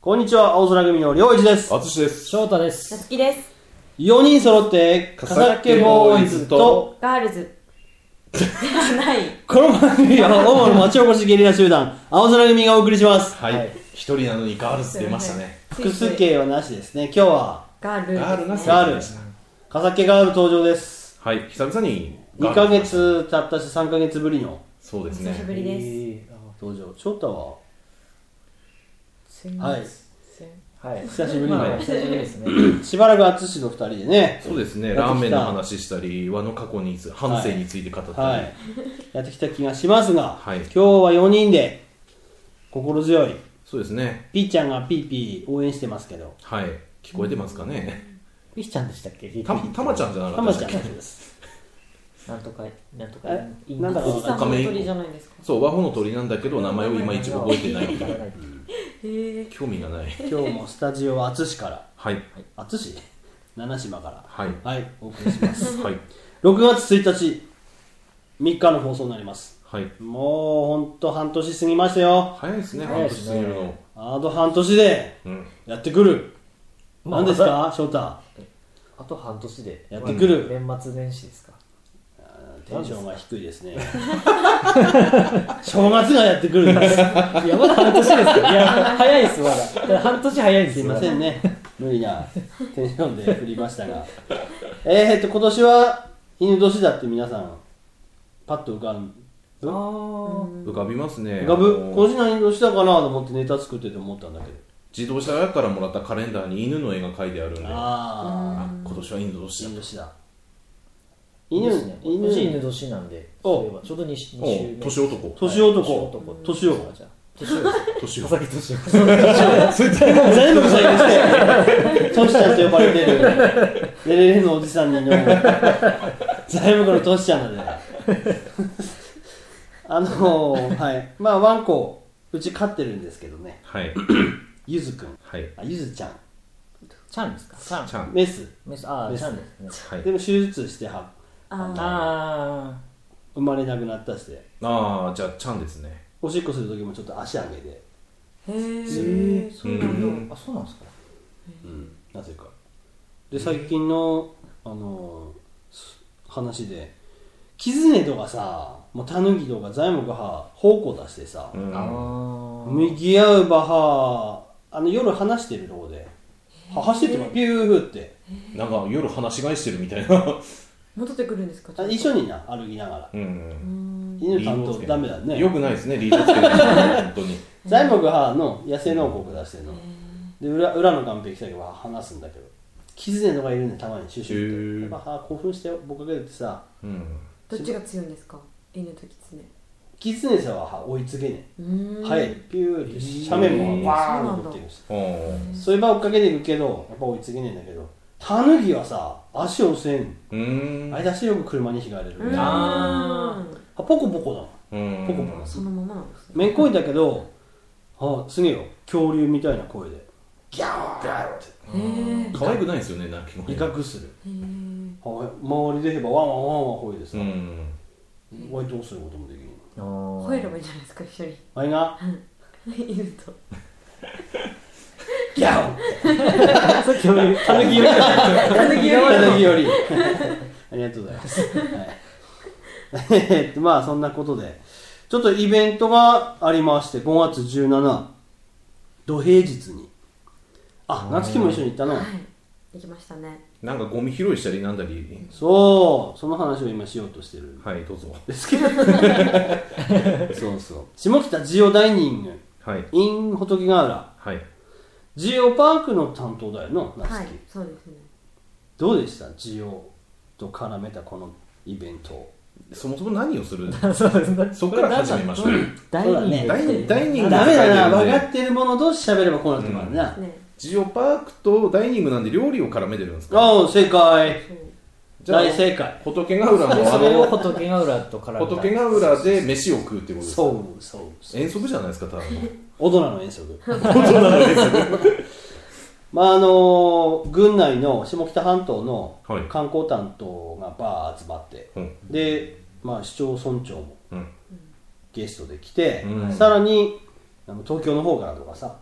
こんにちは、青空組のりょういちです。あつしです。翔太でさす。つきです。 4人揃って、笠笠懸家ボーイズと、ガールズ。ではない。この番組は主な町おこしゲリラ集団、青空組がお送りします。はい。一、人なのにガールズ出ましたね。複数形はなしですね。今日は、ガールズ。ガールがガールでした。笠家ガール登場です。はい。久々にガ2ーヶルズ。月経ったし、3ヶ月ぶりのそうです久しぶね。りで登場。翔太は、すはい、はい。久しぶりまのあ、、久しぶりですね。しばらく淳の2人でね、そうですやっね。てきたラーメンの話したり、和の過去につ反省について語ったり。はい、やってきた気がしますが、はい今日は4人で、心強い、そうですね。ピーちゃんがピーピー応援してますけど、はい。聞こえてますかね。ピッちゃんでしたっけた、たまちゃんじゃたなかったまちでしゃ たんっけです。なんとか、なんとかえ、いいなんだかす。さんの鳥じゃないんですか。そう、和の鳥なんだけど、名前をいまいち覚えてない。 へえ。興味がない。今日もスタジオは淳から、はい。淳七島から、はい。はい、お送りします。 はい。 6月1日、3日の放送になります。はい。もうほんと半年過ぎましたよ。早いですね、早半いです年ね過ぎるの。あと半年でうん。やってくる。まあ何ですか、翔太。あと半年で。やってくる年末年始ですか。テンションが低いですね。 正月がやってくるんです。いや、まだ半年ですよ。いや、早いです、まだ。いや半年早いですす、いませだんね。無理なテンションで振りましたが。 えーっと、今年は犬年だって皆さん、パッと浮かん。あー。浮かびますね。浮かあぶの今年何年だかなと思ってネタ作ってて思ったんだけど。自動車屋からもらったカレンダーに犬の絵が書いてあるんで、ああ今年は犬年だあ、し犬年だ。いい犬、ですね。犬、私犬年なんで、おそういえばちょうど2週おう目。年男年男はい年年男男。じゃあ年男です。年お男酒年男。全部最後して、トシちゃんと呼ばれてる、レレレのおじさんにの、財務部のトシちゃんなんで。あのー、はい。まあ、ワンコ、うち飼ってるんですけどね。はいゆずくん。はいあ、ゆずちゃん。チャンですかチャン。ちゃんメス。メス、あメー、スチャンですはね。いでも手術しては、ああ生まれなくなったして、ああじゃあちゃんですねおしっこする時もちょっと足上げて、あ。へえ。そうなんだ。ー。あ、そうなんですかうん、なぜか。で、最近の、あのーす話で、キズネとかさ、もうタヌギとか材木派、方向出してさ、うんあはー。右合うバハあの夜話してるとこでは走ってってもビューフーってなんか夜話し返してるみたいな戻ってくるんですか。あ一緒にな歩きながらうん犬担当ダメだねよくないですねリードつける本当に材木派の野生農国出してるので裏裏の岸壁先は話すんだけどキズネとかいるんでたまにシュシュへっーてやっぱは興奮して僕が言ってさうんどっちが強いんですか。犬とキツネ。キズネさはは追いつけねうーん。え早い。ピューって斜面もワーンってってるしあーそういえば追っかけていくけどやっぱ追いつけねえんだけどタヌギはさ足を押せんうーん間足よく車にひがれる、うーんああポコポコだもんうんポコポコそのままなんですね。めんこいだけどあすげえよ恐竜みたいな声でギャーってへえ。可愛くないですよね鳴き声威嚇するへえ。あ周りで言えばワンワンワンワン吠えでうさ、んワイどうすることもできるー。吠吠えればいいじゃないですか。一緒に。ワイが 犬と。ギャーさっきよりタヌキよりタヌキよりタヌキよりありがとうございます、はい、えっとまあそんなことでちょっとイベントがありまして5月17土平日にあ夏希も一緒に行ったなはい。行きましたね。なんかゴミ拾いしたりなんだりそうその話を今しようとしてるはいどうぞですけどそうそう下北ジオダイニングはい in 仏ヶ浦はいジオパークの担当だよの夏希、はい。そうですね。どうでしたジオと絡めたこのイベントそもそも何をする そうですね。 そっから始めましょう第二そうねだダイニングダイニングダメだなって書いてる分んでかってる者同士喋ればこうなってもらうな、ね。ジオパークとダイニングなんで料理を絡めてるんですかおう正解そう。じゃあ大正解仏ヶ浦のあそれをの仏ヶ浦と絡め仏ヶ浦で飯を食うってことですかそうそうそう遠足じゃないですかただの大人の遠 足大人の遠足 まああのー群内の下北半島のはい観光担当がバー集まって、うんで、まあ、市町村長もうんゲストで来て、うんさらにあの東京の方からとかさ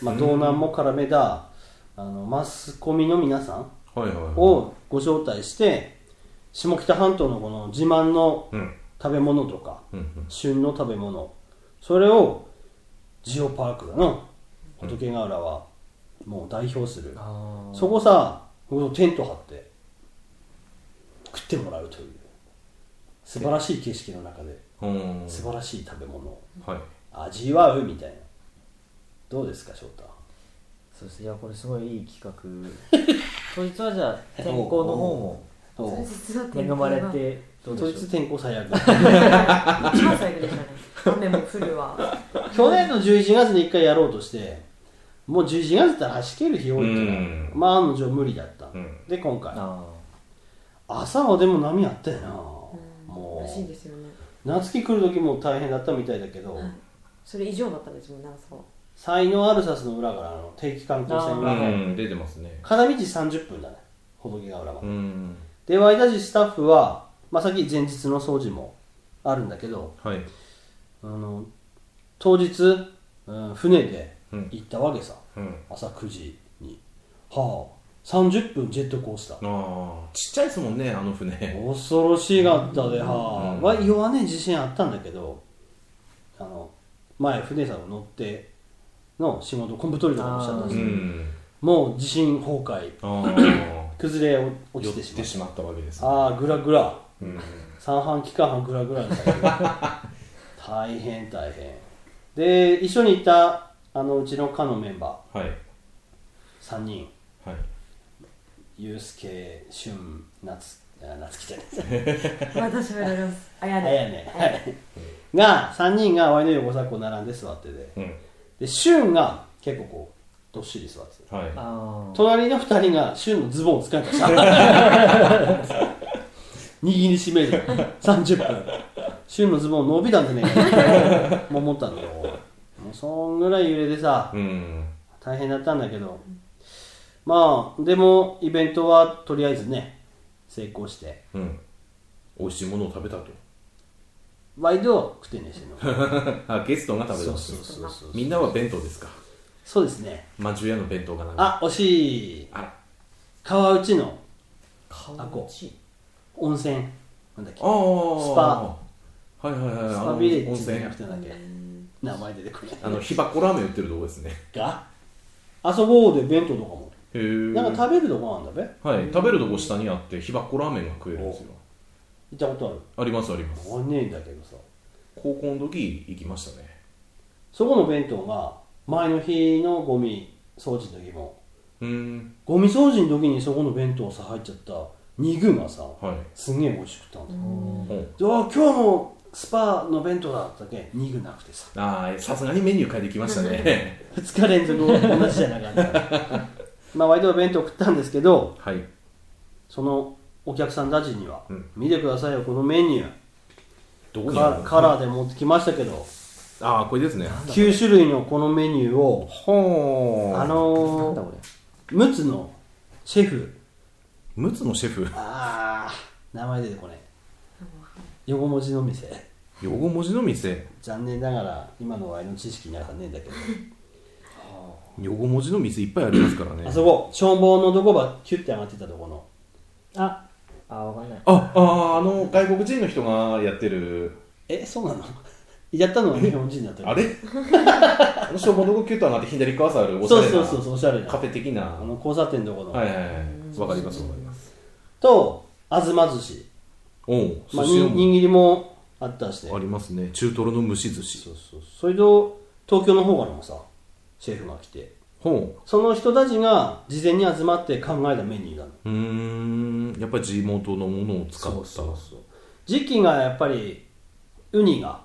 まあ、道南も絡めた、あのマスコミの皆さんはいはいはいをご招待して下北半島のこの自慢のうん食べ物とかうんうん旬の食べ物それをジオパークだな仏ヶ浦はもう代表するあそこさテント張って食ってもらうという素晴らしい景色の中でうん素晴らしい食べ物をはい味わうみたいなどうですか翔太そうですねいやこれすごいいい企 画当日はじゃあ天候の方もお当う日は天恵候まがれてどうそでいしょつ天候最悪一番最悪でしたね雨も降るわ去年の11月に一回やろうとしてもう11月だったら走ける日多いかうんらまあ案の定無理だった、うんで今回うあ朝はでも波あったよな、うんもらしいうんですよね夏希来る時も大変だったみたいだけど、それ以上だったんですもんね朝は才能アルサスの裏からあの定期観光船うがうん出てますね片道30分だね仏ヶ浦まで、うんでワイダジスタッフは、まあ、さっき前日の掃除もあるんだけどはいあの当日、うん船でうん行ったわけさ、うん朝9時にはあ30分ジェットコースターああちっちゃいですもんねあの船恐ろしがったではうんあ、は弱ね自信あったんだけどあの前船さんを乗っての仕事昆布取りとかもしちゃったうし、んもう地震崩壊ああ崩れ落寄ちっしまててったしまったわけですねああグラグラうん三半規管半グラグラみたいな 大変大変で一緒にいたあのうちの課のメンバはいー3人はいゆうすけしゅん夏あ夏来て私はやりますあやあねやねはいが3人がワイの横さこう並んで座っててうんでシュンが結構こうどっしり座っててはいあああ隣の2人がシュンのズボンをつかんかした握りしめる30分シュンのズボン伸びたんじゃねえかもう思ったんだけどもうそんぐらい揺れでさうん大変だったんだけどまあでもイベントはとりあえずね成功してうん美味しいものを食べたとワイドは食ってねえしのあゲストが食べたそうんですそうねそうそうみんなは弁当ですかそうですねまんじゅう屋の弁当かなんかあ惜しいあら川内の顔あこち温泉なんだっけあースパはいはいはいスパあのビレ温ッジ泉の人なんだっけ名前出てこあないの、ひばこラーメン売ってるとこですね。があそこで弁当とかもへえ。なんか食べるとこなんだべはい、食べるとこ下にあって、ひばこラーメンが食えるんですよ。行ったことあるありますあります。わかんねえんだけどさ高校の時行きましたね。そこの弁当が前の日のゴミ掃除の時もうーん、ゴミ掃除の時にそこの弁当さ入っちゃった2軍がさはい。すんげえ美味しく食ったんだほうであ今日もスパの弁当だったけ2軍なくてさああ、さすがにメニュー変えてきましたね。 2日連続同じじゃなかったからまあワイドは弁当食ったんですけど はい。そのお客さんたちには、うん見てくださいよこのメニュどこーにカあるラのカラーで持ってきましたけどああ、これですね。 9種類のこのメニューをほーあなんのだーこれ陸奥のシェフムツのシェフ、あー名前出てこない横文字の店横文字の店。残念ながら今のワイの知識なさねえんだけど横文字の店いっぱいありますからね。あそこ消防のどこばキュッて上がってたとこのああわかんないあ、あーあの、外国人の人がやってる、えそうなの やったのは日本人だったけど あれあの消防の動きュッと上がって左側さあるおしゃそうれなそうそうそうおしゃれなカフェ的な。あの交差点のとこの、はいはいはい。わかりますわかります。とあずま寿司おう、まあ、寿に司屋も握りもあったしてありますね。中トロの蒸し寿司。そうそうそれと東京の方からもさシェフが来てほその人たちが事前に集まって考えたメニューなのう。うーん。やっぱり地元のものを使った。そうそう時期がやっぱりウニが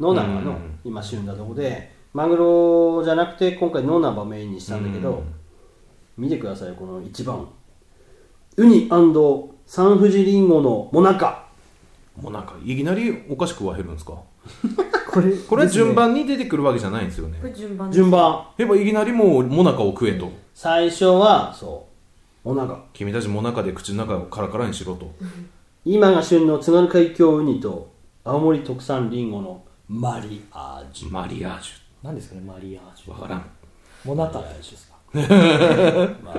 野永うのん今旬なとこでマグロじゃなくて今回野永メインにしたんだけうどん見てくださいこの一番ウニ三富士リンゴのモナカもうなんか、いきなりお菓子食わへるんですかこれこれは順番に出てくるわけじゃないんですよねこ。れ順番です順番やっぱいきなりもう、もなかを食えと。最初はそうモナカ君たちもなかで口の中をカラカラにしろと。今が旬の津軽海峡ウニと青森特産リンゴのマリアージュマリアージなんですかねマリアージュ。ュわからん。モナカでしょ まああのあ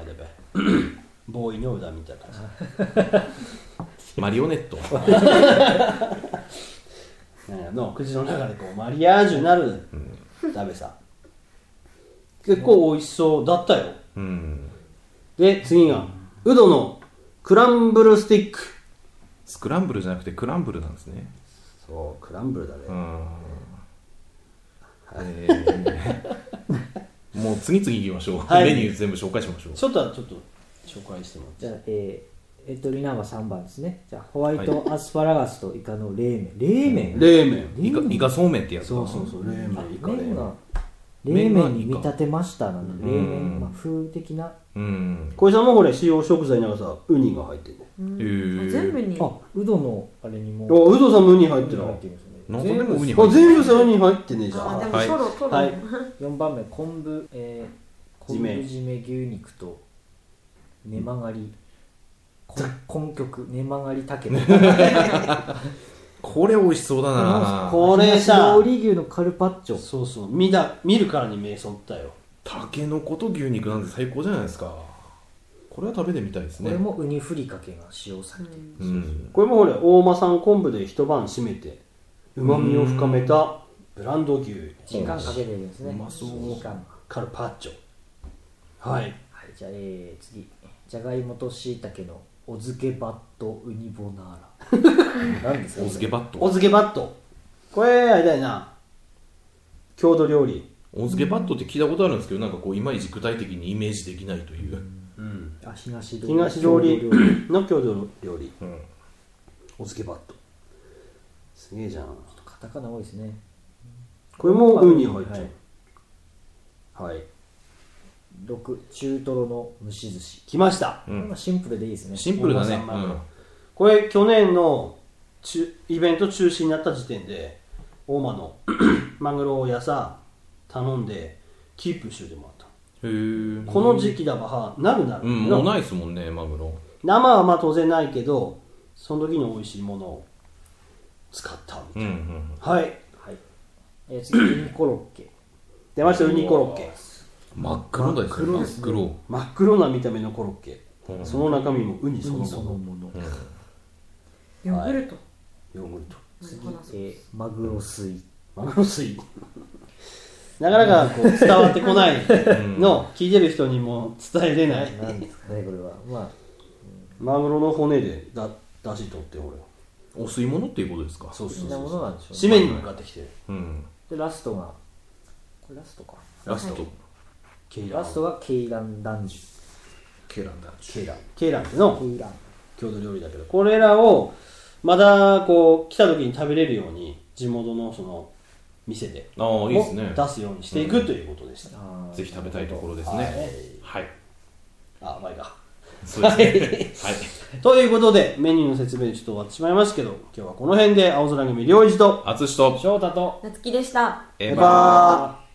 れだべ ボーイの歌みたいな感マリオネット。じなんやの口の中でこうマリアージュになるだべさ結構美味しそうだったようん。で次がウドのクランブルスティックスクランブルじゃなくてクランブルなんですね。そうクランブルだねうん。えーもう次々行きましょう、はいメニュー全部紹介しましょうちょっとはちょっと紹介してもらってじゃあ、えー、エントリーナンバー3番ですね。じゃあ、ホワイトアスパラガスとイカの冷麺。冷麺冷麺イカイカそうめんってやつかそうそうそう冷麺イカ冷麺が麺冷麺が麺に見立てましたなので、冷うん麺、まあ、風的な。うん小井さんもこれ使用食材の中さウニが入ってるねうんへー全部にあ、ウドのあれにも。あウドさんもウニ入ってる入あってるんですよね。なんかでもウニ入ってる全部さウニ入ってねじゃああではもいソロトロ、はい4番目、昆布、えー、昆締布め締め牛肉と、根曲がり、こん根曲、根曲がり竹の。これ美味しそうだなこれさローリ牛のカルパッチョ。そうそう見だ見るからに目そったよたけのこと牛肉なんて最高じゃないですかこれは食べてみたいですこねれもウニふりかけが使用さうれてる。んうんこれもほら大間産昆布で一晩締めてうまみを深めたブランド牛時間かけてるんですね。うまそう時間がカルパッチョはいはい、じゃあ、えー、次。じゃがいもとしいたけのお漬けバットウニボナ ーラ。何ですおか漬けババットお漬けバットこれあれだよな郷土料理お漬けバットって聞いたことあるんですけどなんかこういまいち具体的にイメージできないという、うんットあ、東通り。東通り郷土料理の郷土料理うん、お漬けバットすげえじゃんカタカナ多いですね。これもウニ入っちゃうはい、 6、中トロの蒸し寿司。来ましたうんまあシンプルでいいですね。シンプルだね大間産マグロこれ去年の中イベント中止になった時点で大間の マグロを屋さ頼んでキープしてもらっうん、へたえこの時期だばはなるなる、うん、もうないですもんねマグロ生はまあ当然ないけどその時に美味しいものを使ったみたういんな、うんはいはい。えー、次、ウニコロッケ。出ましたウニコロッケ真っ黒だですね真っ黒真でっすね黒真っ黒な見た目のコロッケ、うんその中身もウニそのもののうんヨーグルト、ヨーグルト何次話、すえー、マグロ水。マグロ水 なかなかこう伝わってこないの聞いてる人にも伝えれないなんですかね、これは。まあ、マグロの骨でだだし取って俺はお吸い物っていうことですかそうそんなものなんでしょうね。締めに向かってきてるうんで、ラストが、これラストか。ラスト、ケイランラストが、ケイラン男女。ケランダケイランケイランってのケイラン。郷土料理だけどこれらをまだこう来た時に食べれるように地元のその店でああいいですね出すようにしていくということでした、あーぜひ食べたいところですねはい、あ前かそうですねはいということでメニューの説明ちょっと終わってしまいますけど今日はこの辺で青空組両一と淳と翔太と、夏希でしたエヴァバー